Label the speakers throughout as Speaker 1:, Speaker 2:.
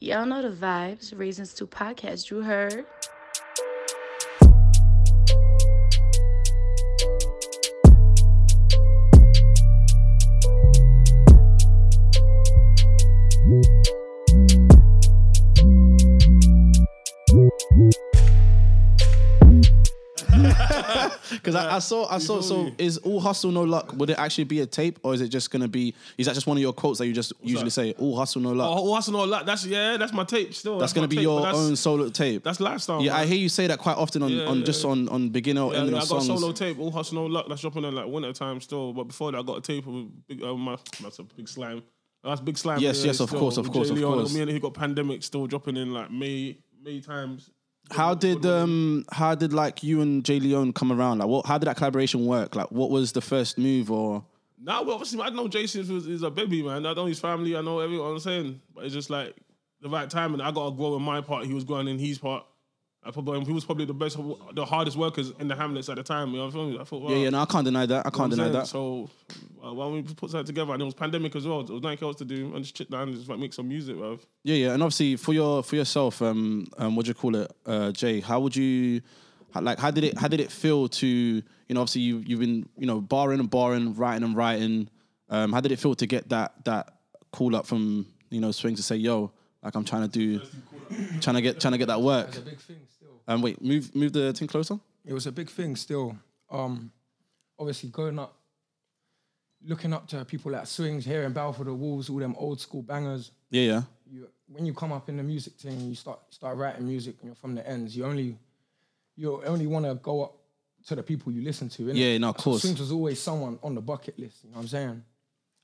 Speaker 1: Y'all know the vibes. Reasons to podcast. You heard.
Speaker 2: Because I, I saw, I saw. So, is all hustle no luck? Would it actually be a tape, or is it just gonna be? Is that just one of your quotes that you just usually
Speaker 3: that?
Speaker 2: say? All hustle no luck.
Speaker 3: Oh, oh, that's not luck. That's yeah, that's my tape still.
Speaker 2: that's gonna
Speaker 3: my
Speaker 2: be
Speaker 3: tape,
Speaker 2: your
Speaker 3: but that's,
Speaker 2: own solo tape.
Speaker 3: That's lifestyle.
Speaker 2: yeah,
Speaker 3: man.
Speaker 2: I hear you say that quite often on,
Speaker 3: Yeah,
Speaker 2: on
Speaker 3: yeah,
Speaker 2: just
Speaker 3: yeah.
Speaker 2: on on beginner or
Speaker 3: Yeah,
Speaker 2: ending
Speaker 3: I
Speaker 2: of
Speaker 3: got a
Speaker 2: songs.
Speaker 3: solo tape, all hustle, no luck. That's dropping in like winter time still. But before that, I got a tape of big, uh, my that's a big slime. That's big slime.
Speaker 2: Yes,
Speaker 3: yeah,
Speaker 2: yes, of
Speaker 3: still,
Speaker 2: course, of
Speaker 3: with
Speaker 2: course,
Speaker 3: Jay
Speaker 2: of
Speaker 3: Leon.
Speaker 2: course.
Speaker 3: Me and he got pandemic still dropping in like May, May times.
Speaker 2: How did um how did like you and Jay Leon come around? Like, what? How did that collaboration work? Like, what was the first move? Or
Speaker 3: Nah, well, obviously, I know Jason was is a baby man. I know his family. I know everyone. I'm saying, but it's just like the right time, and I gotta grow in my part. He was growing in his part. I probably he was probably the best, the hardest workers in the Hamlets at the time. You know what I'm saying? I thought, wow,
Speaker 2: yeah, yeah, no, I can't deny that. I can't
Speaker 3: I'm
Speaker 2: deny
Speaker 3: saying?
Speaker 2: that.
Speaker 3: So uh, when we put that together, and it was pandemic as well. There was nothing else to do, and just chit down and just like make some music, bruv.
Speaker 2: Yeah, yeah, and obviously for your for yourself, um, um, what do you call it, uh, Jay? How would you, how- like, how did it how did it feel to you know obviously you you've been you know barring and barring, writing and writing. Um, how did it feel to get that that call up from you know Swing to say yo, like I'm trying to do, trying to get trying to get that work.
Speaker 4: It's a big thing still.
Speaker 2: Um, wait, move move the thing closer.
Speaker 4: It was a big thing still. Um, obviously going up, looking up to people like Swings here in Balfour the Wolves, all them old school bangers.
Speaker 2: Yeah, yeah,
Speaker 4: You, when you come up in the music thing, you start start writing music, and you're from the ends. You only you only want to go up to the people you listen to. Innit?
Speaker 2: Yeah, no, of course.
Speaker 4: Swings was always someone on the bucket list. You know what I'm saying?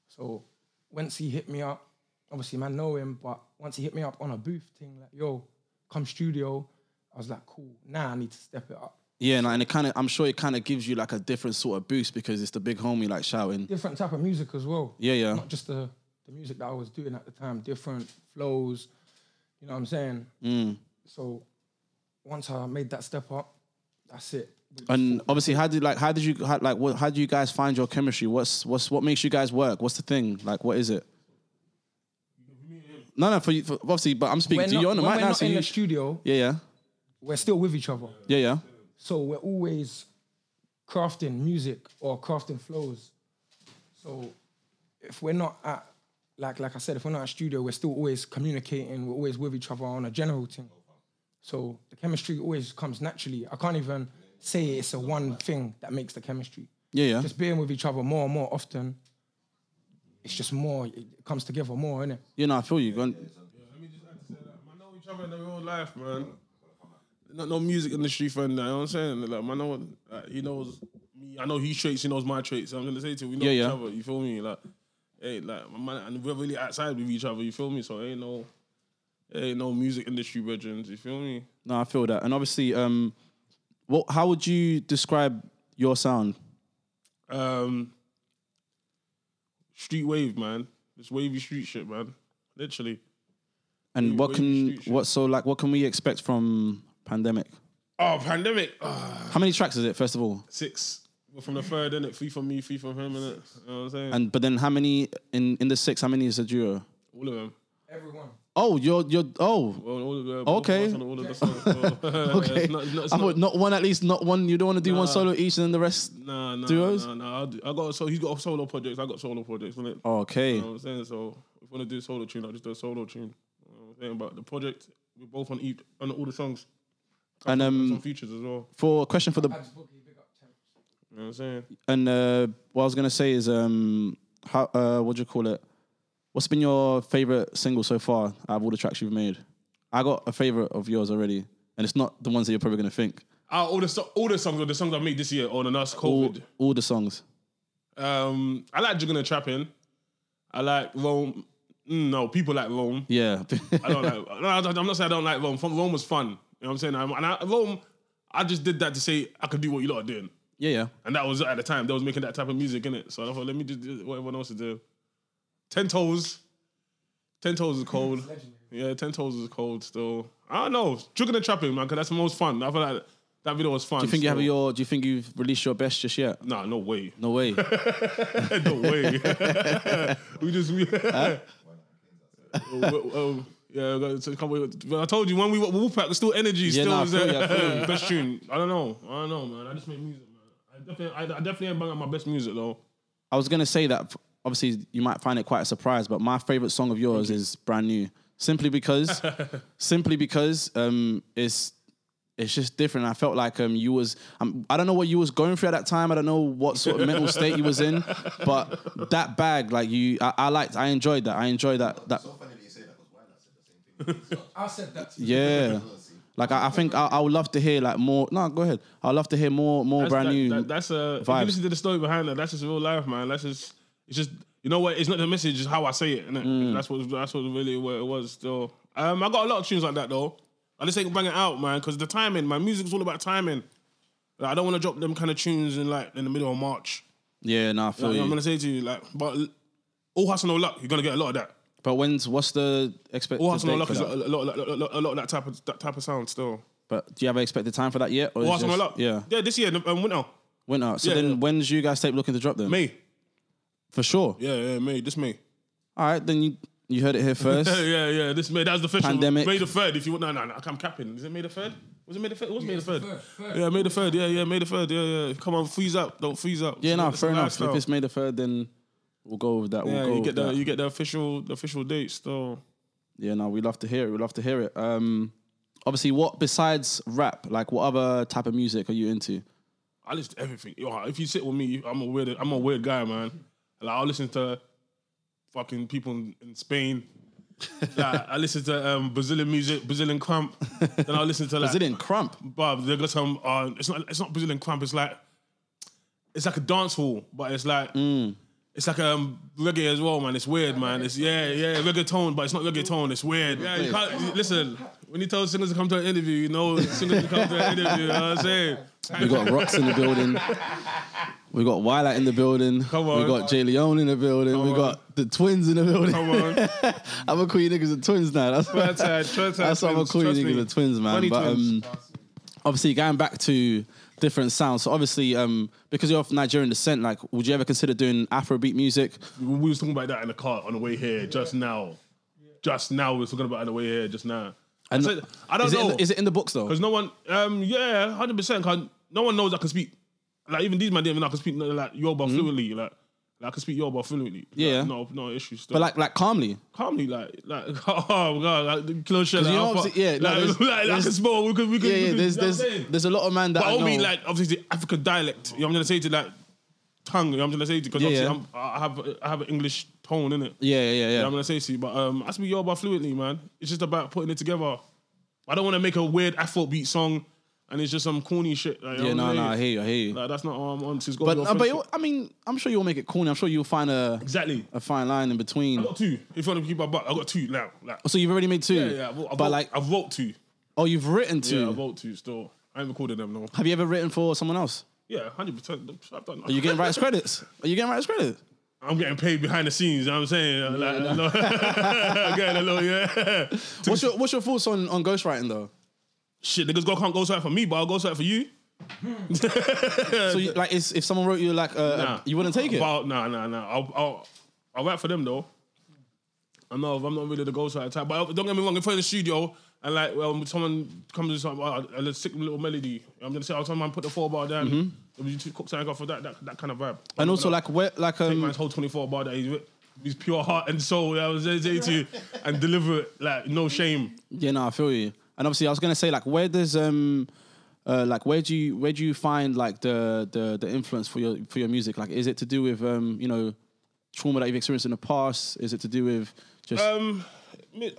Speaker 4: So once he hit me up, obviously man know him, but once he hit me up on a booth thing, like yo, come studio, I was like, cool. Now I need to step it up.
Speaker 2: yeah, and, I- and it kind of I'm sure it kind of gives you like a different sort of boost because it's the big homie like shouting.
Speaker 4: different type of music as well.
Speaker 2: Yeah, yeah.
Speaker 4: Not just the, the music that I was doing at the time, different flows. You know what I'm saying?
Speaker 2: Mm.
Speaker 4: So once I made that step up, that's it.
Speaker 2: And obviously, how did like how did you how, like what, how do you guys find your chemistry? What's what's what makes you guys work? What's the thing? Like, what is it? No, no, for you, for, obviously, but I'm speaking
Speaker 4: We're
Speaker 2: to
Speaker 4: not,
Speaker 2: you on the
Speaker 4: when
Speaker 2: mic
Speaker 4: we're
Speaker 2: now.
Speaker 4: not
Speaker 2: So
Speaker 4: in
Speaker 2: you,
Speaker 4: the studio,
Speaker 2: yeah, yeah,
Speaker 4: we're still with each other.
Speaker 2: yeah, yeah.
Speaker 4: So we're always crafting music or crafting flows. So if we're not at like like I said, if we're not at studio, we're still always communicating, we're always with each other on a general thing. So the chemistry always comes naturally. I can't even say it's a one thing that makes the chemistry.
Speaker 2: Yeah, yeah.
Speaker 4: Just being with each other more and more often, it's just more, it comes together more, innit?
Speaker 2: You know, I feel you. Go on.
Speaker 3: Let me just add to say that, man, know each other in the real life, man. Not no music industry friend, you know what I'm saying? Like, man, know, like, he knows me. I know his traits, he knows my traits. I'm gonna say to you, we know
Speaker 2: Yeah,
Speaker 3: each
Speaker 2: yeah.
Speaker 3: other. You feel me? Like, hey, like, my man, and we're really outside with each other. You feel me? So ain't no, ain't no music industry brethren. You feel me?
Speaker 2: No, I feel that. And obviously, um, what? How would you describe your sound?
Speaker 3: Um, street wave, man. This wavy street shit, man. Literally.
Speaker 2: And what
Speaker 3: wave
Speaker 2: can
Speaker 3: street shit.
Speaker 2: what so like what can we expect from pandemic?
Speaker 3: Oh, pandemic. Ah,
Speaker 2: How many tracks is it? First of all,
Speaker 3: six. We're from the third, innit? Three from me, three from him, innit? You know what I'm saying?
Speaker 2: and but then how many in in the six? How many is a duo?
Speaker 3: all of them.
Speaker 4: Everyone.
Speaker 2: Oh, you're you're oh
Speaker 3: Well, all of them.
Speaker 2: Okay.
Speaker 3: All of the songs. so-
Speaker 2: Okay.
Speaker 3: It's not, it's not, it's
Speaker 2: I
Speaker 3: not-
Speaker 2: thought not one at least, not one. You don't want to do
Speaker 3: Nah.
Speaker 2: one solo each and then the rest.
Speaker 3: nah, nah,
Speaker 2: duos?
Speaker 3: Nah, nah. I, do, I got so he's got solo projects. I got solo projects, innit?
Speaker 2: Okay.
Speaker 3: You know what I'm saying? So if you want to do a solo tune, I'll just do a solo tune. You know what I'm saying? But the project, we're both on each on all the songs.
Speaker 2: And
Speaker 3: Some
Speaker 2: um,
Speaker 3: features as well.
Speaker 2: for a question for the
Speaker 3: You know what I'm saying?
Speaker 2: and uh, what I was gonna say is um, how uh, what do you call it? What's been your favorite single so far out of all the tracks you've made? I got a favorite of yours already, and it's not the ones that you're probably gonna think.
Speaker 3: Uh, all the so- all the songs, all the songs I made this year on the last
Speaker 2: All,
Speaker 3: COVID.
Speaker 2: all the songs.
Speaker 3: Um, I like Juggernaut Trapping. I like Rome. Mm, No, people like Rome.
Speaker 2: Yeah.
Speaker 3: I don't like. No, I don't- I'm not saying I don't like Rome. Fun- Rome was fun. You know what I'm saying? I'm- And I, Rome, I just did that to say I could do what you lot are doing,
Speaker 2: yeah, yeah.
Speaker 3: and that was at the time. They was making that type of music in it. So I thought, let me just do what everyone else is doing. Ten toes. Ten toes is cold. Yeah, ten toes is cold still. I don't know. Juggernaut Trapping, man, because that's the most fun. I feel like that video was fun.
Speaker 2: Do you think you have your? Do you think you've released your best just yet?
Speaker 3: Nah, no way.
Speaker 2: No way.
Speaker 3: no way. we just we, um, Yeah, we got- so can't wait. But I told you when we were Wolfpack, there's still energy. still,
Speaker 2: nah, I
Speaker 3: is
Speaker 2: feel you, I feel
Speaker 3: there. best tune. I don't know. I don't know, man. I just make music, man. I definitely, I, I definitely ain't bang out my best music though.
Speaker 2: I was gonna say that. Obviously, you might find it quite a surprise, but my favorite song of yours is brand new, simply because, simply because um, it's it's just different. I felt like um, you was um, I don't know what you was going through at that time. I don't know what sort of mental state you was in, but that bag, like you, I, I liked, I enjoyed that. I enjoyed that. That
Speaker 5: So funny that you say that because why not said the same thing?
Speaker 4: I said that. To
Speaker 2: yeah. Like I, I think I, I would love to hear like more. No, go ahead. I'd love to hear more more
Speaker 3: That's,
Speaker 2: brand
Speaker 3: that-
Speaker 2: new.
Speaker 3: that- that's a. If you
Speaker 2: vibes.
Speaker 3: listen to the story behind that, that's just real life, man. That's just. It's just you know what? It's not the message. It's how I say it. innit?
Speaker 2: Mm.
Speaker 3: That's what. That's what really what it was. Still, um, I got a lot of tunes like that though. I just ain't bang it out, man, because the timing. My music's all about timing. Like, I don't want to drop them kind of tunes in like in the middle of March.
Speaker 2: yeah, no, I feel
Speaker 3: Like,
Speaker 2: you.
Speaker 3: I'm gonna say to you, like, but all hustle no luck. You're gonna get a lot of that.
Speaker 2: but when's what's the
Speaker 3: Oh,
Speaker 2: expected?
Speaker 3: All hustle no
Speaker 2: date
Speaker 3: luck
Speaker 2: for
Speaker 3: is a
Speaker 2: that?
Speaker 3: a lot, a lot, a lot of that type of that type of sound still.
Speaker 2: But do you have an expected time for that yet? Or
Speaker 3: All
Speaker 2: is
Speaker 3: hustle no
Speaker 2: just-
Speaker 3: luck.
Speaker 2: Yeah,
Speaker 3: yeah. This year, um, winter,
Speaker 2: winter. So
Speaker 3: Yeah,
Speaker 2: then,
Speaker 3: yeah.
Speaker 2: when's you guys tape looking to drop them?
Speaker 3: May.
Speaker 2: for sure.
Speaker 3: Yeah, yeah, May. This May.
Speaker 2: All right, then you you heard it here first.
Speaker 3: Yeah, yeah, yeah. This May, that was the official.
Speaker 2: Pandemic.
Speaker 3: May the third. If you want, no, no, no. I'm capping. Is it May the third? Was it May the third? It was May the
Speaker 4: it's the
Speaker 3: third.
Speaker 4: third, third.
Speaker 3: Yeah, May the third. Yeah, yeah, May the third. Yeah, yeah. Come on, freeze up. Don't freeze up.
Speaker 2: yeah, no,
Speaker 3: It's a
Speaker 2: fair enough.
Speaker 3: lifestyle.
Speaker 2: If it's May the third, then we'll go with that. We'll
Speaker 3: yeah,
Speaker 2: go
Speaker 3: you
Speaker 2: with
Speaker 3: get the
Speaker 2: that.
Speaker 3: you get the official the official date still.
Speaker 2: Yeah, no, we love to hear it. We love to hear it. Um, obviously, what besides rap, like what other type of music are you into?
Speaker 3: I listen to everything. Yo, if you sit with me, I'm a weird. I'm a weird guy, man. Like I listen to fucking people in, in Spain. like, I listen to um, Brazilian music, Brazilian crump. then I listen to like
Speaker 2: Brazilian crump.
Speaker 3: But they got some. Uh, it's not. It's not Brazilian crump. It's like. It's like a dance hall, but it's like.
Speaker 2: Mm.
Speaker 3: It's like um, reggae as well, man. It's weird, man. It's yeah, yeah, reggaeton, but it's not reggaeton. It's weird. Yeah, you can't you- listen. When you tell singers to come to an interview, you know singers to come to an interview. You know what I'm saying?
Speaker 2: We got rocks in the building. We got Wylat in the building.
Speaker 3: Come
Speaker 2: We
Speaker 3: on.
Speaker 2: got Jay Leone in the building. we
Speaker 3: on.
Speaker 2: got the twins in the building.
Speaker 3: Come on. uh,
Speaker 2: I'm gonna call you niggas the twins now. That's
Speaker 3: Trust her, trust her,
Speaker 2: That's what I'm gonna
Speaker 3: twins,
Speaker 2: call you
Speaker 3: trust me.
Speaker 2: niggas the twins, man.
Speaker 3: Funny
Speaker 2: but
Speaker 3: twins.
Speaker 2: um, obviously going back to different sounds. So obviously, um, because you're of Nigerian descent, like, would you ever consider doing Afrobeat music?
Speaker 3: we was talking about that in the car on the way here just now. Just now we were talking about it on the way here just now. I,
Speaker 2: And-
Speaker 3: said, I don't
Speaker 2: is, It
Speaker 3: know
Speaker 2: in the, is it in the books though?
Speaker 3: because no one, um, yeah, hundred percent. Cause no one knows I can speak. Like even these man didn't even know I can speak like Yoruba fluently. Like, like I can speak Yoruba fluently. Like,
Speaker 2: Hmm? Yeah.
Speaker 3: no, no issues. Still.
Speaker 2: But like, like calmly.
Speaker 3: calmly, like, like, oh god, like, close shit. Like,
Speaker 2: you know,
Speaker 3: I'll fuck-
Speaker 2: obviously- yeah, no,
Speaker 3: like,
Speaker 2: there's-
Speaker 3: like, I can
Speaker 2: there's-
Speaker 3: smell. We could, we could,
Speaker 2: Yeah,
Speaker 3: we
Speaker 2: yeah.
Speaker 3: could-
Speaker 2: There's,
Speaker 3: you know what I'm
Speaker 2: there's,
Speaker 3: saying?
Speaker 2: there's a lot of man that
Speaker 3: But
Speaker 2: I know.
Speaker 3: only like obviously the African dialect. You know what I'm gonna say to like tongue. You know what I'm gonna say to because
Speaker 2: Yeah,
Speaker 3: obviously
Speaker 2: yeah.
Speaker 3: I'm- i I have I have an English tone in it.
Speaker 2: yeah, yeah, yeah.
Speaker 3: You know what I'm gonna say to you, but um, I speak Yoruba fluently, man. It's just about putting it together. I don't want to make a weird Afrobeat song, and it's just some corny shit. Like, you
Speaker 2: yeah,
Speaker 3: know
Speaker 2: no,
Speaker 3: what I'm
Speaker 2: no, I
Speaker 3: saying?
Speaker 2: hear you, I hear you.
Speaker 3: Like, that's not what I'm on. It's
Speaker 2: but
Speaker 3: gotta be
Speaker 2: uh, but
Speaker 3: authentic.
Speaker 2: it- I mean, I'm sure you'll make it corny. I'm sure you'll find a
Speaker 3: exactly.
Speaker 2: a fine line in between.
Speaker 3: I got two. If you want to keep my butt, I got two now. Like,
Speaker 2: So you've already made two.
Speaker 3: yeah, yeah. I vote, I
Speaker 2: but
Speaker 3: vote-
Speaker 2: like,
Speaker 3: I vote two.
Speaker 2: oh, you've written two.
Speaker 3: Yeah, I vote two. Still, I ain't recorded them no.
Speaker 2: Have you ever written for someone else?
Speaker 3: Yeah, hundred percent. I've done.
Speaker 2: Are you getting writers credits? Are you getting writers credit?
Speaker 3: I'm getting paid behind the scenes. You know what I'm saying, like, I'm getting a little, yeah.
Speaker 2: What's your What's your thoughts on on ghostwriting though?
Speaker 3: Shit, niggas go can't go for me, but I'll go for you.
Speaker 2: So you, like, is, if someone wrote you like, uh,
Speaker 3: Nah.
Speaker 2: you wouldn't take it?
Speaker 3: But nah, nah, nah. I'll, I'll, I'll rap for them though. I'm not, I'm not really the ghostwriter type. But don't get me wrong, if I'm in the studio and like, well, someone comes with some uh, a sick little melody, I'm gonna say, I'll tell man put the four bar down. If you two cook something up for that, that, that kind of vibe.
Speaker 2: Mm-hmm. and also like, where like
Speaker 3: take
Speaker 2: um,
Speaker 3: man's whole 24 bar that he's with. His pure heart and soul, that was saying to you, and deliver it like no shame.
Speaker 2: yeah, no, I feel you. And obviously, I was gonna say like, where does um, uh, like where do you where do you find like the the the influence for your for your music? Like, is it to do with um, you know, trauma that you've experienced in the past? Is it to do with just
Speaker 3: Um, Mi-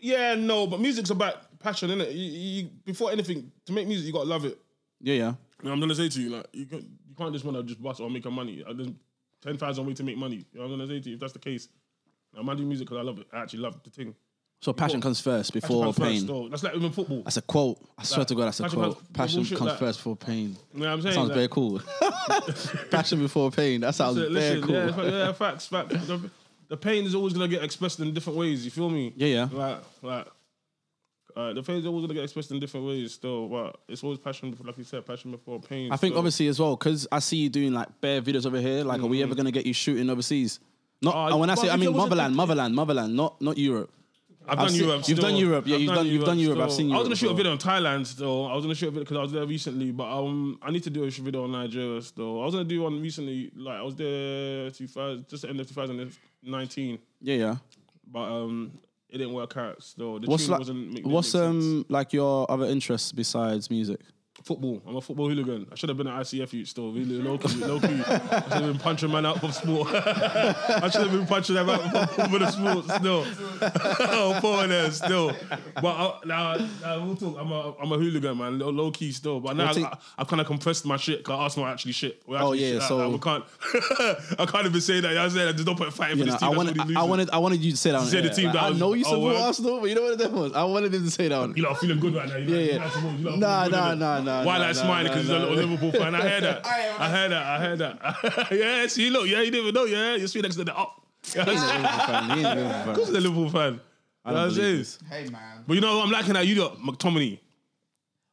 Speaker 3: Yeah, no, but music's about passion, innit? You, you, before anything, to make music, you gotta love it.
Speaker 2: yeah, yeah,
Speaker 3: And I'm gonna say to you, like, you can't, you can't just wanna just bust or make a money. Uh, There's 10,000 ways to make money. You know what I'm gonna say to you, if that's the case. I'm do music because I love it. I actually love the thing.
Speaker 2: so passion comes first
Speaker 3: Passion
Speaker 2: before
Speaker 3: comes first,
Speaker 2: pain.
Speaker 3: though. That's like even football.
Speaker 2: That's a quote. I swear to God, that's a
Speaker 3: passion
Speaker 2: quote.
Speaker 3: comes-
Speaker 2: passion
Speaker 3: bullshit
Speaker 2: comes
Speaker 3: like-
Speaker 2: first before pain.
Speaker 3: You know what I'm saying?
Speaker 2: sounds
Speaker 3: Like,
Speaker 2: very cool. passion before pain. That sounds
Speaker 3: listen,
Speaker 2: very cool.
Speaker 3: yeah, it's like- yeah, facts, facts. The, the pain is always gonna get expressed in different ways. You feel me?
Speaker 2: Yeah, yeah.
Speaker 3: Like, like, uh, the pain is always gonna get expressed in different ways. Still, but it's always passion, like you said, passion before pain.
Speaker 2: I think
Speaker 3: still.
Speaker 2: obviously as well because I see you doing like bare videos over here. Like, are we ever gonna get you shooting overseas? Not
Speaker 3: Uh,
Speaker 2: and when I say
Speaker 3: Mm. well,
Speaker 2: I
Speaker 3: if there
Speaker 2: mean
Speaker 3: was a-
Speaker 2: motherland, motherland, motherland, not not Europe.
Speaker 3: I've, done
Speaker 2: seen-
Speaker 3: Europe.
Speaker 2: you've done
Speaker 3: still.
Speaker 2: Europe, yeah,
Speaker 3: I've
Speaker 2: you've done- you've done Europe, I've
Speaker 3: still.
Speaker 2: seen
Speaker 3: I was gonna
Speaker 2: Europe
Speaker 3: shoot a
Speaker 2: as
Speaker 3: video on Thailand still. I was gonna shoot a video because I was there recently, but um, I need to do a video on Nigeria still. I was gonna do one recently, like I was there 2000, just the end of 2019,
Speaker 2: Yeah, yeah.
Speaker 3: but um, it didn't work out still. The
Speaker 2: What's
Speaker 3: tune
Speaker 2: like,
Speaker 3: wasn't make-
Speaker 2: what's
Speaker 3: make sense.
Speaker 2: um like your other interests besides music?
Speaker 3: football. I'm a football hooligan. I should have been at ICF youth still, really low key, low key. I should have been punching man out of sport. I should have been punching them out of the sport still. I'm poor there still. But I, now, now we'll talk. I'm a, I'm a hooligan, man. Low, low key still. But now
Speaker 2: We'll take-
Speaker 3: I, I've kind of compressed my shit because Arsenal are actually shit. We're actually
Speaker 2: Oh, yeah,
Speaker 3: shit. I-
Speaker 2: so-
Speaker 3: I, we can't. I can't even say that. I said there's no point fighting
Speaker 2: You
Speaker 3: for
Speaker 2: know,
Speaker 3: this team.
Speaker 2: I
Speaker 3: that's
Speaker 2: wanted,
Speaker 3: already
Speaker 2: I, I
Speaker 3: losing.
Speaker 2: wanted, I wanted you to say that. On
Speaker 3: Said the
Speaker 2: air.
Speaker 3: team
Speaker 2: Like,
Speaker 3: that
Speaker 2: I
Speaker 3: was-
Speaker 2: know you
Speaker 3: oh,
Speaker 2: support
Speaker 3: well.
Speaker 2: Arsenal, but you know what that was. I wanted him to say that. On
Speaker 3: You lot are feeling good right now.
Speaker 2: Yeah,
Speaker 3: You lot-
Speaker 2: yeah.
Speaker 3: You lot are feeling- you lot are
Speaker 2: Nah,
Speaker 3: feeling good,
Speaker 2: nah,
Speaker 3: innit?
Speaker 2: nah, nah,
Speaker 3: Why
Speaker 2: nah,
Speaker 3: like
Speaker 2: nah,
Speaker 3: smiling
Speaker 2: nah,
Speaker 3: because he's a
Speaker 2: nah.
Speaker 3: little Liverpool fan. I heard that. I heard that. I heard that. yeah, see, look, yeah, you didn't even know. Yeah, you're sitting next to the up. Yeah,
Speaker 2: He's a Liverpool fan. He ain't a Liverpool
Speaker 3: Of
Speaker 2: fan.
Speaker 3: course, he's a Liverpool fan.
Speaker 2: I don't
Speaker 3: That's
Speaker 2: believe
Speaker 3: it.
Speaker 2: this.
Speaker 5: Hey man.
Speaker 3: But you know what I'm liking that you got McTominay.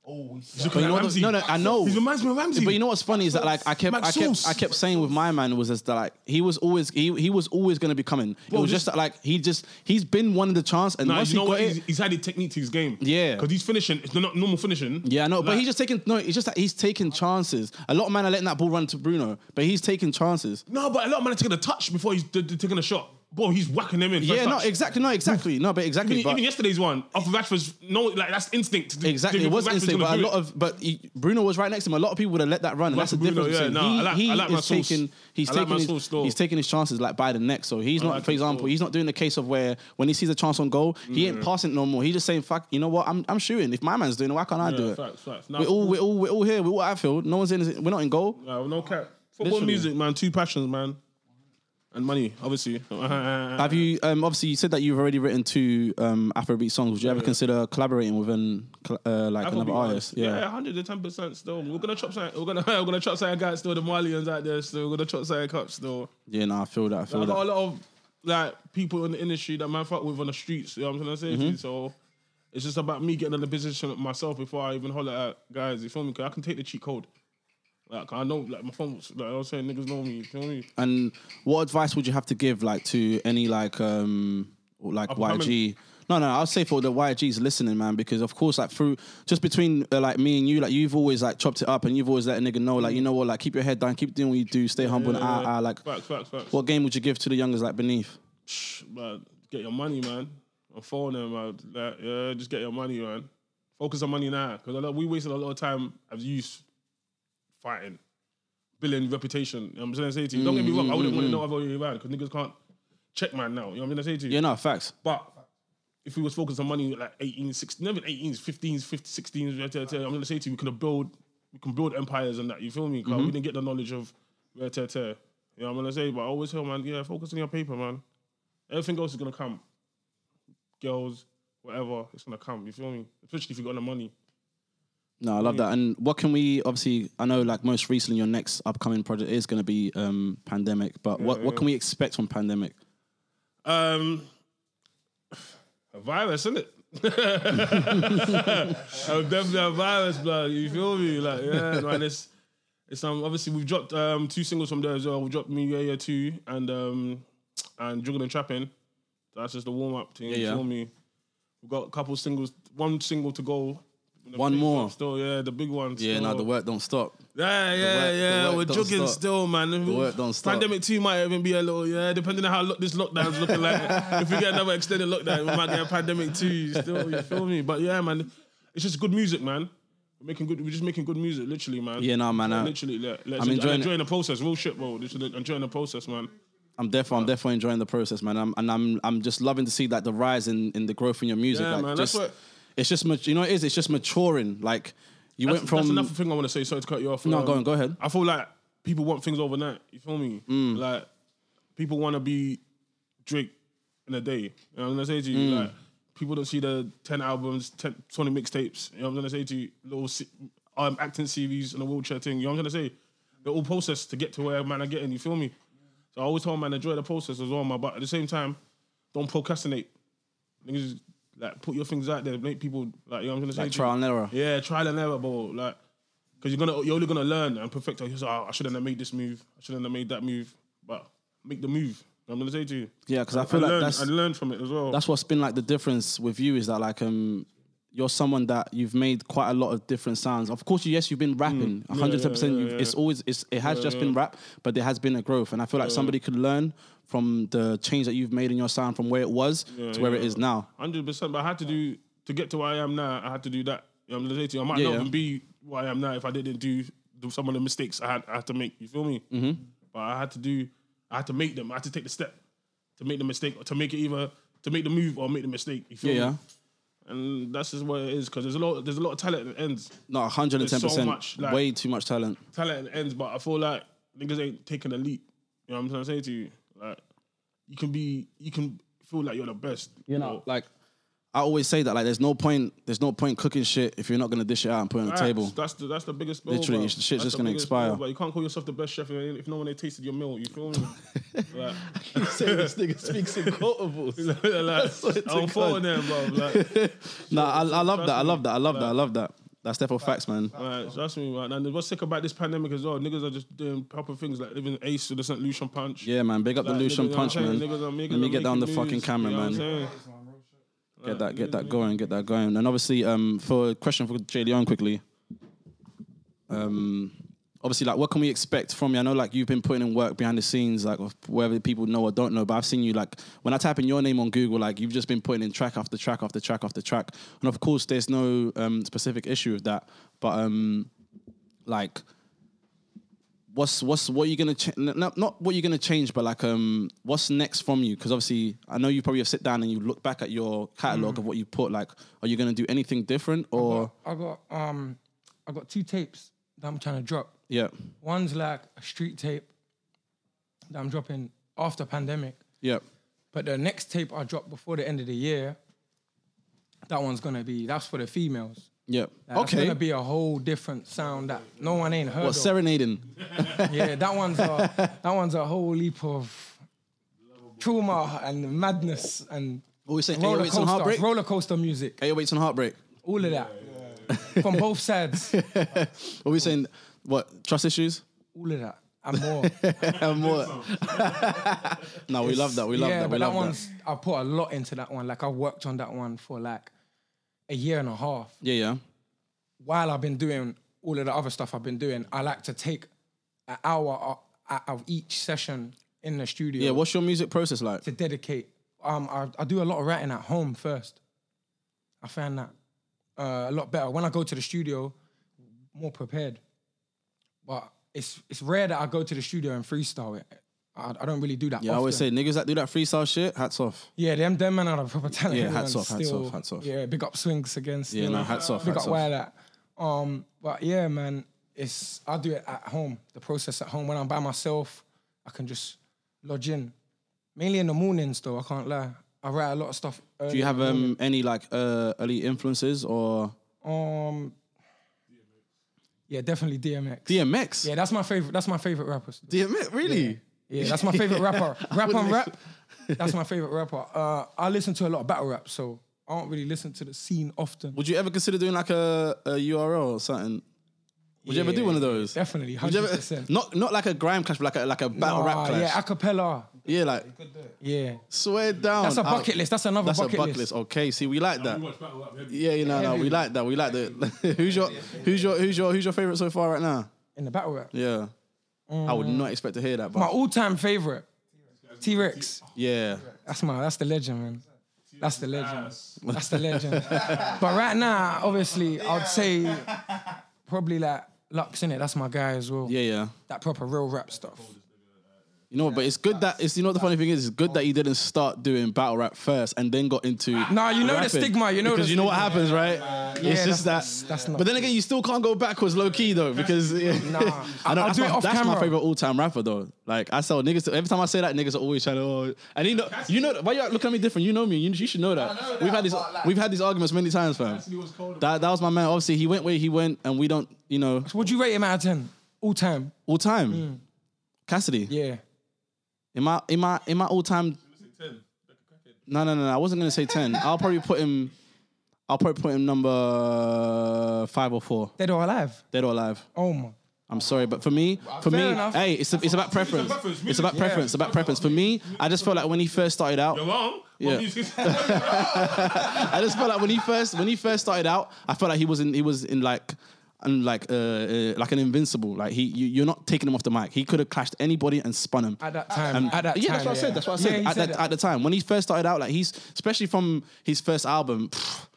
Speaker 5: Oh, we
Speaker 3: He's
Speaker 2: But you
Speaker 3: looking like
Speaker 2: know what-
Speaker 3: Ramsey.
Speaker 2: no, no, I know.
Speaker 3: He reminds me of Ramsey.
Speaker 2: But you know what's funny is that like I kept, I kept,
Speaker 3: Maxwell's.
Speaker 2: I kept saying with my man was just that like he was always he, he was always gonna be coming. It was
Speaker 3: this-
Speaker 2: just that like he just he's been wanting the chance and
Speaker 3: Nah,
Speaker 2: once
Speaker 3: you know
Speaker 2: he got
Speaker 3: what? He's,
Speaker 2: it,
Speaker 3: he's added technique to his game.
Speaker 2: Yeah.
Speaker 3: because he's finishing. It's not normal finishing.
Speaker 2: yeah, I know. but
Speaker 3: Like-
Speaker 2: he's just taking no. It's just that he's taking chances. A lot of men are letting that ball run to Bruno, but he's taking chances.
Speaker 3: No, but a lot of men are taking a touch before he's d- d- taking a shot. Boy, he's whacking them in. first
Speaker 2: yeah, no,
Speaker 3: touch.
Speaker 2: exactly, no, exactly, no, but exactly.
Speaker 3: Even,
Speaker 2: but-
Speaker 3: even yesterday's one off of Rashford's no, like that's instinct.
Speaker 2: Exactly, it was
Speaker 3: Rashford's
Speaker 2: instinct,
Speaker 3: gonna
Speaker 2: but a
Speaker 3: do
Speaker 2: lot
Speaker 3: it.
Speaker 2: of but he, Bruno was right next to him. A lot of people would have let that run, and that's the
Speaker 3: Bruno,
Speaker 2: difference.
Speaker 3: yeah,
Speaker 2: between-
Speaker 3: no, I like-
Speaker 2: he
Speaker 3: I like
Speaker 2: he
Speaker 3: my
Speaker 2: is
Speaker 3: sauce.
Speaker 2: taking he's
Speaker 3: I like my
Speaker 2: taking
Speaker 3: sauce
Speaker 2: his,
Speaker 3: though.
Speaker 2: he's taking his chances like by the neck. So he's not,
Speaker 3: like
Speaker 2: for
Speaker 3: it
Speaker 2: example,
Speaker 3: though.
Speaker 2: he's not doing the case of where when he sees a chance on goal, he
Speaker 3: Mm.
Speaker 2: ain't passing no more. He's just saying, "Fuck, you know what? I'm I'm shooting. If my man's doing it, why can't I do
Speaker 3: Yeah,
Speaker 2: it?"
Speaker 3: facts, facts. Nah,
Speaker 2: We're all we're all we're all here. We're all outfield. No one's in. We're not in goal.
Speaker 3: Nah, no cap. Football,
Speaker 2: Literally.
Speaker 3: music, man. Two passions, man, and money, obviously.
Speaker 2: Have you um, obviously you said that you've already written two um, Afrobeat songs? Would you ever consider collaborating with an cl- uh, like another artist?
Speaker 3: yeah, hundred and ten percent. Still, we're gonna chop something. We're gonna we're gonna chop something out. Still, the Malians out there. Still, we're gonna chop something up. Still,
Speaker 2: yeah. No, I feel that. I feel
Speaker 3: I got
Speaker 2: that.
Speaker 3: a lot of like people in the industry that man fuck with on the streets. You know what I'm trying to say? to you? So it's just about me getting in the position myself before I even holler at guys. You feel me? 'Cause I can take the cheat code. Like I know, like my phone. Like I was saying, niggas know me. You feel me?
Speaker 2: And what advice would you have to give, like to any like um like
Speaker 3: Up-and-coming.
Speaker 2: YG? No, no, I'll say for the YGs listening, man, because of course, like through just between uh, like me and you, like you've always like chopped it up, and you've always let a nigga know, like you know what, like keep your head down, keep doing what you do, stay humble, and ah, ah, like.
Speaker 3: Facts, facts, facts.
Speaker 2: What game would you give to the youngers like beneath?
Speaker 3: But get your money, man. I'm phoning them, man. Like, yeah, just get your money, man. Focus on money now, because we wasted a lot of time as youth fighting, building reputation. You know what I'm trying to say to you, don't get me wrong, I wouldn't want to know about you, man, because niggas can't check man now. You know what I'm trying to say to you?
Speaker 2: Yeah, no, facts.
Speaker 3: But if we was focused on money like 18, 16, not even 18s, 15s, 15s, 16s, yeah, yeah, yeah, I'm gonna say to you, we can build, we can build empires and that. You feel me? 'Cause We didn't get the knowledge of yeah, yeah, yeah. You know what I'm gonna say? But I always tell man, yeah, focus on your paper, man. Everything else is gonna come. Girls, whatever, it's gonna come. You feel me? Especially if you got the money.
Speaker 2: No, I love that. And what can we obviously? I know, like most recently, your next upcoming project is going to be um, pandemic. But what, what can we expect from pandemic?
Speaker 3: Um, a virus, isn't it? I'm definitely a virus, blood. You feel me? Like, yeah, man. It's it's um obviously we've dropped um two singles from there as well. We dropped Me Yeah Yeah Two and um and Juggling and Trapping. That's just the warm up thing. you
Speaker 2: yeah.
Speaker 3: feel me? We've got a couple singles, one single to go.
Speaker 2: One
Speaker 3: Big
Speaker 2: more.
Speaker 3: one Still, yeah, the big one.
Speaker 2: Yeah,
Speaker 3: still.
Speaker 2: no, the work don't stop.
Speaker 3: Yeah,
Speaker 2: work-
Speaker 3: yeah,
Speaker 2: the
Speaker 3: yeah.
Speaker 2: work
Speaker 3: We're
Speaker 2: don't
Speaker 3: jogging
Speaker 2: stop.
Speaker 3: still, man. The
Speaker 2: work don't stop.
Speaker 3: Pandemic two might even be a little, yeah, depending on how lo- this lockdown's looking like. if we get another extended lockdown, we might get a pandemic two still, you feel me? But yeah, man, it's just good music, man. We're making good, we're just making good music, literally, man.
Speaker 2: Yeah, no, man, I-
Speaker 3: literally, yeah. Let's
Speaker 2: I'm
Speaker 3: en-
Speaker 2: enjoying it.
Speaker 3: enjoying the process. Real shit, bro. Just enjoying the process, man.
Speaker 2: I'm definitely, I'm definitely enjoying the process, man. I'm, and I'm, I'm just loving to see like the rise in, in the growth in your music.
Speaker 3: Yeah,
Speaker 2: like,
Speaker 3: man, that's
Speaker 2: just,
Speaker 3: what-
Speaker 2: it's just, mat- you know, what it is. It's just maturing. Like you
Speaker 3: That's,
Speaker 2: went
Speaker 3: that's
Speaker 2: from
Speaker 3: another thing I want to say. Sorry to cut you off. um,
Speaker 2: No, go on, go ahead. Mm.
Speaker 3: I feel like people want things overnight. You feel me? Like people want to be Drake in a day. You know what I'm gonna say to
Speaker 2: Mm.
Speaker 3: you, like people don't see the ten albums, 10, 20 mixtapes. You know what I'm gonna say to you, little se- um, acting series and a wheelchair thing. You know what I'm gonna say? They're all processed to get to where man are getting. You feel me? So I always tell man enjoy the process as well, man. But at the same time, don't procrastinate. Niggas, like put your things out there, make people like you know what I'm gonna say.
Speaker 2: like
Speaker 3: to you?
Speaker 2: trial and error.
Speaker 3: Yeah, trial and error, bro. Like, because you're gonna you're only "Ah, gonna learn and perfect. it. You're just, oh, I shouldn't have made this move. I shouldn't have made that move. But make the move. I'm gonna say to you.
Speaker 2: Yeah, because I feel like
Speaker 3: learned,
Speaker 2: that's
Speaker 3: I learned from it as well.
Speaker 2: that's what's been like the difference with you is that like um you're someone that you've made quite a lot of different sounds. Of course, you- yes, you've been rapping,
Speaker 3: Mm. yeah,
Speaker 2: 110. percent
Speaker 3: yeah,
Speaker 2: You've
Speaker 3: yeah.
Speaker 2: It's always it's it has just been rap, but there has been a growth, and I feel like somebody could learn from the change that you've made in your sound from where it was to where it
Speaker 3: yeah.
Speaker 2: is now.
Speaker 3: Hundred percent. But I had to do to get to where I am now. I had to do that. You know, I'm gonna say to you, I might
Speaker 2: Yeah,
Speaker 3: not
Speaker 2: yeah.
Speaker 3: even be where I am now if I didn't do the- some of the mistakes I had. I had to make. You feel me? Mm-hmm. But I had to do. I had to make them. I had to take the step to make the mistake or to make it either to make the move or make the mistake. You feel
Speaker 2: Yeah,
Speaker 3: me?
Speaker 2: yeah.
Speaker 3: And that's just what it is because there's a lot. There's a lot of talent that ends.
Speaker 2: No, 110.
Speaker 3: There's so
Speaker 2: percent
Speaker 3: much, like-
Speaker 2: Way too much talent.
Speaker 3: talent and ends, but I feel like niggas ain't taking a leap. You know what I'm trying to say to you? Like, you can be, you can feel like you're the best.
Speaker 2: You know, like I always say that like there's no point there's no point cooking shit if you're not gonna dish it out and put it on the
Speaker 3: Facts.
Speaker 2: table.
Speaker 3: That's the that's the biggest bill,
Speaker 2: Literally,
Speaker 3: bruv.
Speaker 2: the shit's
Speaker 3: That's
Speaker 2: just
Speaker 3: the
Speaker 2: gonna
Speaker 3: biggest
Speaker 2: expire.
Speaker 3: bill, but you can't call yourself the best chef if no one had tasted your meal. You feel me? like,
Speaker 2: this nigga speaks in quotables.
Speaker 3: like, I'm faulting them, bro. Like,
Speaker 2: Nah, I, I love that. I
Speaker 3: me.
Speaker 2: love that. I love that. I love that. That's definitely facts, man.
Speaker 3: Right, so that's me, man. And what's sick about this pandemic as well? Niggas are just doing proper things like living Ace with the St. Lucian punch.
Speaker 2: Yeah, man. Big up
Speaker 3: Like,
Speaker 2: the Lucian
Speaker 3: niggas are
Speaker 2: punch,
Speaker 3: saying
Speaker 2: man.
Speaker 3: niggas are
Speaker 2: Let
Speaker 3: making-
Speaker 2: me
Speaker 3: are
Speaker 2: get down the
Speaker 3: making
Speaker 2: fucking
Speaker 3: news,
Speaker 2: camera,
Speaker 3: you know what I'm
Speaker 2: man.
Speaker 3: saying?
Speaker 2: Get that, get that going, get that going. And obviously, um, for a question for Jay Leon quickly. Um, obviously, like, what can we expect from you? I know, like, you've been putting in work behind the scenes, like, of whether people know or don't know. But I've seen you, like, when I type in your name on Google, like, you've just been putting in track after track after track after track. And of course, there's no um, specific issue with that. But um, like, what's what's what you're gonna cha- n- not not what you're gonna change, but like um, what's next from you? Because obviously, I know you probably have sit down and you look back at your catalog of what you put. Like, are you gonna do anything different or
Speaker 4: I got um, I got two tapes that I'm trying to drop.
Speaker 2: yeah,
Speaker 4: One's like a street tape that I'm dropping after pandemic.
Speaker 2: yeah,
Speaker 4: But the next tape I drop before the end of the year, that one's gonna be that's for the females.
Speaker 2: yeah?
Speaker 4: Like, That's
Speaker 2: okay,
Speaker 4: gonna be a whole different sound that no one ain't heard.
Speaker 2: what
Speaker 4: of.
Speaker 2: serenading?
Speaker 4: Yeah, that one's a that one's a whole leap of trauma and madness and
Speaker 2: What we saying?
Speaker 4: roller
Speaker 2: 808s and
Speaker 4: coaster,
Speaker 2: heartbreak.
Speaker 4: roller coaster music,
Speaker 2: 808s and heartbreak.
Speaker 4: all of that from both sides,
Speaker 2: What we saying? What trust issues?
Speaker 4: all of that and more.
Speaker 2: and what? no, we love that. We love
Speaker 4: yeah,
Speaker 2: that.
Speaker 4: but
Speaker 2: We
Speaker 4: that
Speaker 2: love that.
Speaker 4: one's I put a lot into that one. Like I worked on that one for like a year and a half.
Speaker 2: Yeah, yeah,
Speaker 4: while I've been doing all of the other stuff I've been doing, I like to take an hour o- out of each session in the studio
Speaker 2: yeah. What's your music process like?
Speaker 4: to dedicate. Um, I, I do a lot of writing at home first. I find that uh, a lot better when I go to the studio, more prepared. But it's it's rare that I go to the studio and freestyle it. I, I don't really do that.
Speaker 2: Yeah, I always
Speaker 4: often.
Speaker 2: say niggas that do that freestyle shit. Hats off.
Speaker 4: yeah, them them man are the proper talent.
Speaker 2: Yeah, hats
Speaker 4: man,
Speaker 2: off, hats
Speaker 4: still.
Speaker 2: off, hats off.
Speaker 4: Yeah, big up swings again. Still.
Speaker 2: no, hats off,
Speaker 4: Big
Speaker 2: hats off.
Speaker 4: up Wilder. Um, but yeah, man, it's I do it at home. The process at home when I'm by myself, I can just lodge in. Mainly in the mornings though, I can't lie. I write a lot of stuff. Early.
Speaker 2: Do you have um any like uh early influences or
Speaker 4: um? Yeah, definitely DMX.
Speaker 2: DMX?
Speaker 4: yeah, that's my favorite. That's my favorite rapper. still.
Speaker 2: DMX, really?
Speaker 4: Yeah, that's my favorite rapper. Rap on rap. That's my favorite rapper. Uh, I listen to a lot of battle rap, so I don't really listen to the scene often.
Speaker 2: Would you ever consider doing like a, a URL or something? Would you ever do
Speaker 4: Yeah,
Speaker 2: one of those?
Speaker 4: Definitely,
Speaker 2: Would you
Speaker 4: hundred
Speaker 2: ever,
Speaker 4: percent.
Speaker 2: not not like a grime clash, but like a like a battle rap clash.
Speaker 4: Yeah, acapella.
Speaker 2: Yeah, like
Speaker 4: Yeah,
Speaker 2: swear down.
Speaker 4: that's a
Speaker 2: I'll-
Speaker 4: bucket list. That's another
Speaker 2: That's
Speaker 4: bucket,
Speaker 2: a bucket
Speaker 4: list.
Speaker 2: list. Okay, see, we like that.
Speaker 3: We watch Battle Rap Heavy.
Speaker 2: Yeah, you know, no, we like that. We like that. who's your who's your who's your who's your favorite so far right now?
Speaker 4: in the battle rap.
Speaker 2: Yeah,
Speaker 4: Mm.
Speaker 2: I would not expect to hear that,
Speaker 4: My
Speaker 2: but
Speaker 4: all-time favorite, T Rex.
Speaker 2: yeah,
Speaker 4: That's my. That's the legend, man. That's the legend. That's the legend. but right now, obviously, I'd say probably like Lux in it. That's my guy as well.
Speaker 2: yeah, yeah.
Speaker 4: That proper real rap stuff.
Speaker 2: You know, but it's good that it's you know what the funny thing is, it's good that you didn't start doing battle rap first and then got into.
Speaker 4: Nah, you know the
Speaker 2: rapping.
Speaker 4: stigma, you know
Speaker 2: because
Speaker 4: the
Speaker 2: you know what happens, right? it's
Speaker 4: Yeah,
Speaker 2: just that.
Speaker 4: that's- that's- that's not
Speaker 2: but then again, you still can't go backwards, low key though, because
Speaker 4: Nah,
Speaker 2: I know
Speaker 4: I'll
Speaker 2: that's,
Speaker 4: do
Speaker 2: my,
Speaker 4: it off
Speaker 2: that's my
Speaker 4: camera.
Speaker 2: favorite all-time rapper though. Like I saw niggas every time I say that, niggas are always trying to. Oh, and you know, you know why you looking at me different. You know me. You, you should know that.
Speaker 5: know
Speaker 2: we've
Speaker 5: that,
Speaker 2: had this.
Speaker 5: but, like-
Speaker 2: we've had these arguments many times, fam. That that was my man. Obviously, he went where he went, and we don't. You know,
Speaker 4: Would you rate him out of ten? All time.
Speaker 2: all time.
Speaker 5: Mm.
Speaker 2: Cassidy.
Speaker 4: Yeah.
Speaker 2: In my in my in my all time
Speaker 3: Ten. Like a crackhead.
Speaker 2: No, no, no. no, I wasn't gonna say ten. I'll probably put him. I'll probably put him number five or four.
Speaker 4: Dead or alive.
Speaker 2: Dead or alive.
Speaker 4: Oh my.
Speaker 2: I'm sorry, but for me, for
Speaker 4: Fair
Speaker 2: me,
Speaker 4: enough.
Speaker 2: hey, it's it's about preference.
Speaker 3: preference.
Speaker 2: It's about
Speaker 3: Music.
Speaker 2: preference. It's about preference. For me, I just felt like when he first started out,
Speaker 3: You're wrong. but
Speaker 2: Yeah.
Speaker 3: music-
Speaker 2: I just felt like when he first when he first started out, I felt like he was in he was in like and like uh, uh like an invincible. Like he you, you're not taking him off the mic. He could have clashed anybody and spun him.
Speaker 4: At that time, at that
Speaker 2: yeah, that's
Speaker 4: time,
Speaker 2: what I said.
Speaker 4: yeah.
Speaker 2: That's what I
Speaker 4: Yeah,
Speaker 2: said.
Speaker 4: he
Speaker 2: at,
Speaker 4: said
Speaker 2: that,
Speaker 4: that.
Speaker 2: at the time when he first started out, like he's especially from his first album. pfft,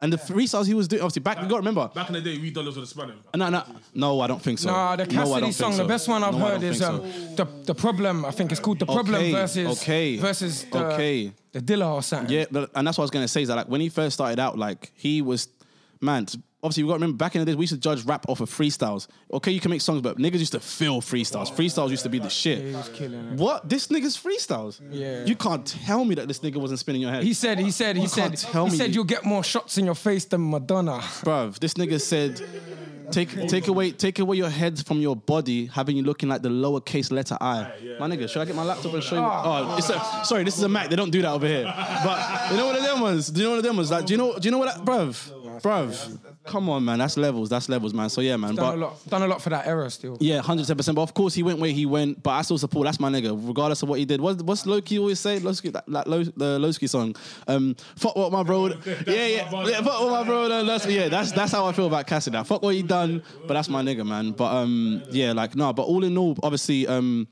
Speaker 2: and the freestyles he was doing, obviously back. You got to remember.
Speaker 3: Back in the day, we dollars would have spun him.
Speaker 2: No, no, no. I don't think so.
Speaker 4: Nah, the
Speaker 2: No, I don't
Speaker 4: Cassidy
Speaker 2: think
Speaker 4: song,
Speaker 2: so.
Speaker 4: the best one I've
Speaker 2: No, I don't
Speaker 4: heard is
Speaker 2: think
Speaker 4: um,
Speaker 2: so.
Speaker 4: the the problem. I think it's called the problem
Speaker 2: Okay,
Speaker 4: versus
Speaker 2: okay,
Speaker 4: versus the,
Speaker 2: okay.
Speaker 4: the Dilla or something.
Speaker 2: Yeah, but, and that's what I was gonna say is that like when he first started out, like he was, man. t- Obviously, we got to remember back in the days we used to judge rap off of freestyles. Okay, you can make songs, but niggas used to feel freestyles. Freestyles used to be the
Speaker 4: he
Speaker 2: shit.
Speaker 4: was killing it.
Speaker 2: What this nigga's freestyles?
Speaker 4: Yeah.
Speaker 2: you can't tell me that this nigga wasn't spinning your head.
Speaker 4: He said, he said, he said,
Speaker 2: can't tell
Speaker 4: he
Speaker 2: me.
Speaker 4: said, you'll get more shots in your face than Madonna.
Speaker 2: bruv. This nigga said, take take away take away your head from your body, having you looking like the lowercase letter I. my nigga, should I get my laptop and show you? Oh, it's a, sorry, this is a Mac. They don't do that over here. But you know what of them was? Do you know what of them was? Like, do you know do you know what that, bruv, bruv? Come on, man. That's levels. That's levels, man. So yeah, man.
Speaker 4: Done
Speaker 2: But
Speaker 4: a lot, done a lot for that era still.
Speaker 2: yeah, hundred ten percent. But of course, he went where he went. But I still support. That's my nigga, regardless of what he did. What, what's Loki always say? Lowski, that, that Low, the Lowski song. Um, fuck what my bro. yeah, yeah,
Speaker 3: my brother.
Speaker 2: yeah. Fuck what my bro. done. That's, yeah, that's that's how I feel about Cassidy. Now. Fuck what he done. But that's my nigga, man. But um, yeah, like no. But all in all, obviously, um,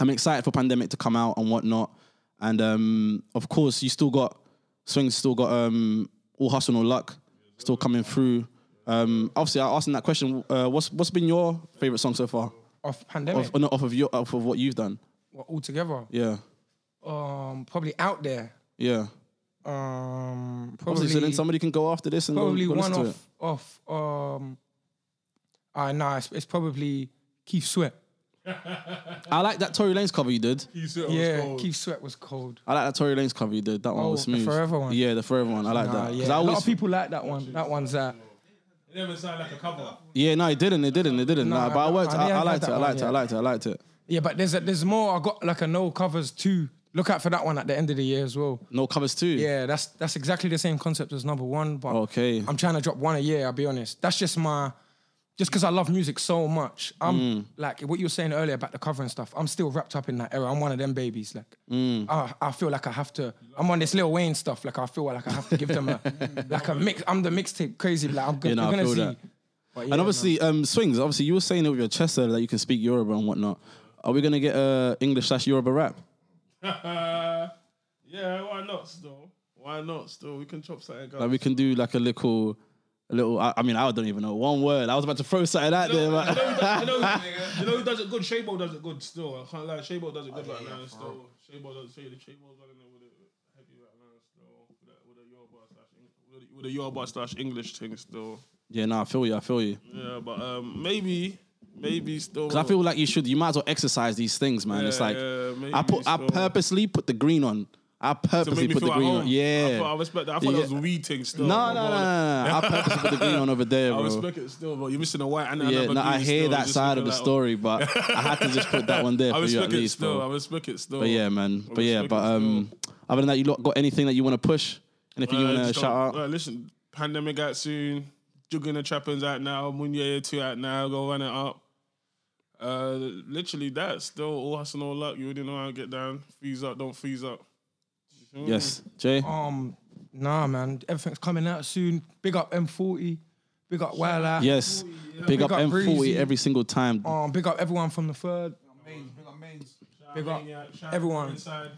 Speaker 2: I'm excited for Pandemic to come out and whatnot. And um, of course, you still got Swing's still got um, all hustle no luck still coming through. Um, obviously, I asked him that question. Uh, what's what's been your favorite song so far?
Speaker 4: Off pandemic,
Speaker 2: Off, no, off of your off of what you've done.
Speaker 4: well, altogether.
Speaker 2: Yeah,
Speaker 4: Um, probably out there.
Speaker 2: yeah.
Speaker 4: Um, probably,
Speaker 2: Obviously, so then somebody can go after this and go-
Speaker 4: probably
Speaker 2: go
Speaker 4: one
Speaker 2: listen to it.
Speaker 4: off, off. Um, I know it's, it's probably Keith Sweat.
Speaker 2: I like that Tory Lanez cover you did.
Speaker 3: He said it was
Speaker 4: yeah,
Speaker 3: cold.
Speaker 4: Keith Sweat was cold.
Speaker 2: I like that Tory Lanez cover you did. That one
Speaker 4: Oh,
Speaker 2: was
Speaker 4: the
Speaker 2: smooth.
Speaker 4: Forever one.
Speaker 2: Yeah, the forever one. I like that. 'Cause
Speaker 4: yeah.
Speaker 2: I
Speaker 4: a lot
Speaker 2: always,
Speaker 4: of people like that one. That one's uh,
Speaker 3: It never sounded like a cover.
Speaker 2: yeah, no, it didn't. It didn't. It didn't.
Speaker 4: Nah,
Speaker 2: Nah, but I
Speaker 4: I-
Speaker 2: worked.
Speaker 4: I
Speaker 2: I, I
Speaker 4: had
Speaker 2: liked it.
Speaker 4: that
Speaker 2: I
Speaker 4: one,
Speaker 2: liked it. I
Speaker 4: yeah.
Speaker 2: liked it. I liked it.
Speaker 4: yeah. But there's a, there's more. I got like a no covers too. Look out for that one at the end of the year as well.
Speaker 2: No covers too.
Speaker 4: Yeah, that's that's exactly the same concept as number one. But
Speaker 2: Okay.
Speaker 4: I'm trying to drop one a year. I'll be honest. That's just my, just because I love music so much. I'm
Speaker 2: Mm.
Speaker 4: like what you were saying earlier about the cover and stuff. I'm still wrapped up in that era. I'm one of them babies. Like
Speaker 2: Mm.
Speaker 4: I, I feel like I have to. I'm on this Lil Wayne stuff. Like I feel like I have to give them a, like a mix. I'm the mixtape crazy. Like I'm
Speaker 2: Yeah,
Speaker 4: good.
Speaker 2: no, I
Speaker 4: you're gonna
Speaker 2: feel
Speaker 4: see.
Speaker 2: that.
Speaker 4: But yeah,
Speaker 2: And
Speaker 4: man.
Speaker 2: obviously, um, swings. Obviously, you were saying it with your chest earlier that you can speak Yoruba and whatnot. Are we gonna get uh, English slash Yoruba rap?
Speaker 3: yeah, why not? Still, why not? Still, we can chop something up.
Speaker 2: Like we can do like a little, a little. I, I mean, I don't even know one word. I was about to throw something out there.
Speaker 3: you,
Speaker 2: But
Speaker 3: know, who does- you, know, who- you know who does it good? Shabo does it good still. I can't lie. Shabo does it
Speaker 2: Oh,
Speaker 3: good right now still. Shabo does Shabo Shabo's running it with it heavy right now still. With a- With a Yoruba slash Eng- with a- with a Yoruba slash English thing still.
Speaker 2: yeah, no, I feel you. I feel you.
Speaker 3: Yeah, but um, maybe, maybe still.
Speaker 2: 'Cause I feel like you should. You might as well exercise these things, man. it's
Speaker 3: Yeah,
Speaker 2: like
Speaker 3: yeah, maybe
Speaker 2: I put. I
Speaker 3: so.
Speaker 2: purposely put the green on. I
Speaker 3: to
Speaker 2: purposely
Speaker 3: make me
Speaker 2: put
Speaker 3: feel
Speaker 2: the
Speaker 3: at
Speaker 2: green
Speaker 3: home.
Speaker 2: on. Yeah.
Speaker 3: I, thought, I respect that. I thought
Speaker 2: Yeah.
Speaker 3: that was a weed thing still. Oh,
Speaker 2: no, no, no, no, no. I purposely put the green on over there,
Speaker 3: I
Speaker 2: bro.
Speaker 3: respect it still, but you're missing a white and
Speaker 2: yeah,
Speaker 3: another
Speaker 2: no, I
Speaker 3: green
Speaker 2: hear
Speaker 3: still.
Speaker 2: that
Speaker 3: Just
Speaker 2: side of the
Speaker 3: looking like-
Speaker 2: story, but I had to just put that one there
Speaker 3: I
Speaker 2: for you at
Speaker 3: respect it
Speaker 2: least,
Speaker 3: still.
Speaker 2: bro.
Speaker 3: I respect it still.
Speaker 2: But yeah, man. But
Speaker 3: was
Speaker 2: yeah,
Speaker 3: thinking
Speaker 2: but um, other than that, you lot got anything that you want to push? Anything you
Speaker 3: Uh,
Speaker 2: want to
Speaker 3: just
Speaker 2: shout
Speaker 3: don't-
Speaker 2: out?
Speaker 3: uh, listen, pandemic out soon. Jugging the trappings out now. Munye two out now. Go run it up. Uh, literally that. Still all hustle, all luck. You already know how to get down. Freeze up, don't freeze up. uh,
Speaker 2: Yes, Jay.
Speaker 3: Oh,
Speaker 4: Um, nah, man. Everything's coming out soon. Big up M40. Big up Wild Out.
Speaker 2: Yes. Big
Speaker 4: Big
Speaker 2: up
Speaker 4: up
Speaker 2: M40
Speaker 4: Breezy.
Speaker 2: every single time.
Speaker 3: Oh,
Speaker 4: Um, big up everyone from the third. Big up everyone.
Speaker 3: Inside.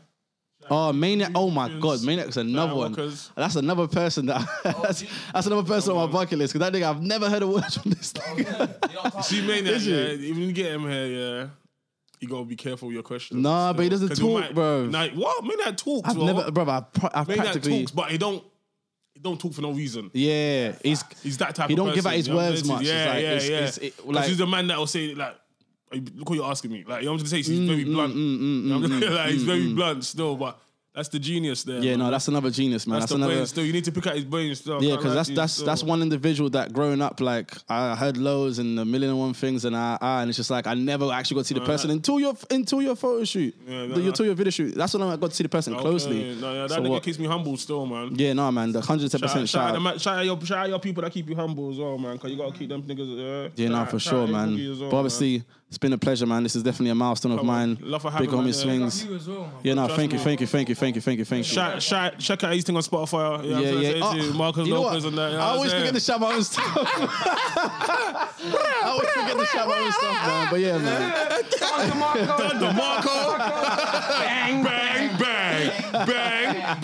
Speaker 2: Oh, Maniac. Oh my
Speaker 3: Shout
Speaker 2: God, Maniac's another one.
Speaker 3: Rockers.
Speaker 2: That's another person that. that's, that's another person on my bucket list because that nigga I've never heard a word from this nigga.
Speaker 3: See, Maniac, yeah, even you get him here, yeah. You gotta be careful with your questions.
Speaker 2: Nah, but he doesn't
Speaker 3: 'Cause you
Speaker 2: talk,
Speaker 3: might-
Speaker 2: bro.
Speaker 3: Like what? Maniac talks.
Speaker 2: I've
Speaker 3: bro.
Speaker 2: never, bro. I've, pr- I've
Speaker 3: Maniac
Speaker 2: practically.
Speaker 3: talks, but he don't. He don't talk for no reason.
Speaker 2: Yeah, he's
Speaker 3: He's that type.
Speaker 2: He
Speaker 3: of
Speaker 2: don't
Speaker 3: person,
Speaker 2: give out his
Speaker 3: you know what I'm
Speaker 2: words
Speaker 3: saying?
Speaker 2: much. It's
Speaker 3: Yeah,
Speaker 2: like-
Speaker 3: yeah,
Speaker 2: it's-
Speaker 3: yeah.
Speaker 2: it's- it-
Speaker 3: 'Cause
Speaker 2: like-
Speaker 3: he's the man that will say like,
Speaker 2: Mm,
Speaker 3: "Hey, "Look what you're asking me." Like, you know what I'm saying? He's very blunt. You know what I'm saying? Like, he's very blunt still, but That's the genius there.
Speaker 2: Yeah,
Speaker 3: man.
Speaker 2: no, that's another genius, man.
Speaker 3: that's,
Speaker 2: That's,
Speaker 3: the
Speaker 2: another.
Speaker 3: brain still. You need to pick out his brain still.
Speaker 2: Yeah,
Speaker 3: Can't
Speaker 2: because
Speaker 3: lie
Speaker 2: that's
Speaker 3: to you
Speaker 2: that's
Speaker 3: still.
Speaker 2: that's one individual that growing up, like I heard lows and a million and one things, and I, I and it's just like I never actually got to see the person until your until your photo shoot,
Speaker 3: Yeah, no,
Speaker 2: The-
Speaker 3: no.
Speaker 2: until your video shoot. That's when I got to see the person
Speaker 3: Okay,
Speaker 2: closely.
Speaker 3: No, yeah, that
Speaker 2: So
Speaker 3: nigga
Speaker 2: what-
Speaker 3: keeps me humble still, man.
Speaker 2: yeah, no, man, the hundred ten
Speaker 3: Shout, out-
Speaker 2: percent
Speaker 3: shout, out
Speaker 2: shout.
Speaker 3: the
Speaker 2: out.
Speaker 3: ma- shout out your shout out your people that keep you humble as well, man. Cause you gotta keep them niggas. Uh,
Speaker 2: Yeah, no, for sure, man. but obviously, it's been a pleasure, man. This is definitely a milestone of
Speaker 3: Come on.
Speaker 2: mine.
Speaker 3: Love for
Speaker 2: Big
Speaker 3: having me,
Speaker 2: homie
Speaker 3: man.
Speaker 2: swings.
Speaker 4: You as well, man.
Speaker 2: Yeah, no,
Speaker 3: Trust
Speaker 2: thank you,
Speaker 3: me.
Speaker 2: thank you, thank you, thank you, thank you, thank you.
Speaker 3: Shout, shout, check out his thing on Spotify. You know
Speaker 2: yeah,
Speaker 3: what I'm
Speaker 2: yeah.
Speaker 3: saying?
Speaker 2: Oh,
Speaker 3: It's you, Marcus
Speaker 2: you know
Speaker 3: Lopez
Speaker 2: what?
Speaker 3: and that. you know
Speaker 2: I
Speaker 3: what I'm
Speaker 2: always
Speaker 3: saying?
Speaker 2: forget to shout my own stuff. I always forget to shout my own stuff, man. But yeah, man.
Speaker 3: Thunder Marco. bang, bang, bang, bang, bang.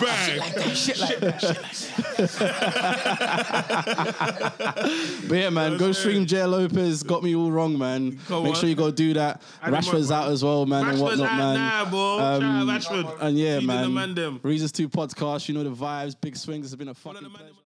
Speaker 2: But yeah, man, go stream Jay Lopez. Got me all wrong, man.
Speaker 3: Go
Speaker 2: Make
Speaker 3: on.
Speaker 2: sure you go do that.
Speaker 3: And then
Speaker 2: Rashford's
Speaker 3: what-
Speaker 2: out as well, man, and
Speaker 3: Rashford's
Speaker 2: whatnot,
Speaker 3: out
Speaker 2: man.
Speaker 3: now, bro.
Speaker 2: Um,
Speaker 3: Shout out Rashford.
Speaker 2: And yeah,
Speaker 3: Feeding the man
Speaker 2: man.
Speaker 3: them.
Speaker 2: Reasons Two podcast. You know the vibes. Big swings. It's been a fucking
Speaker 3: man them.
Speaker 2: pleasure.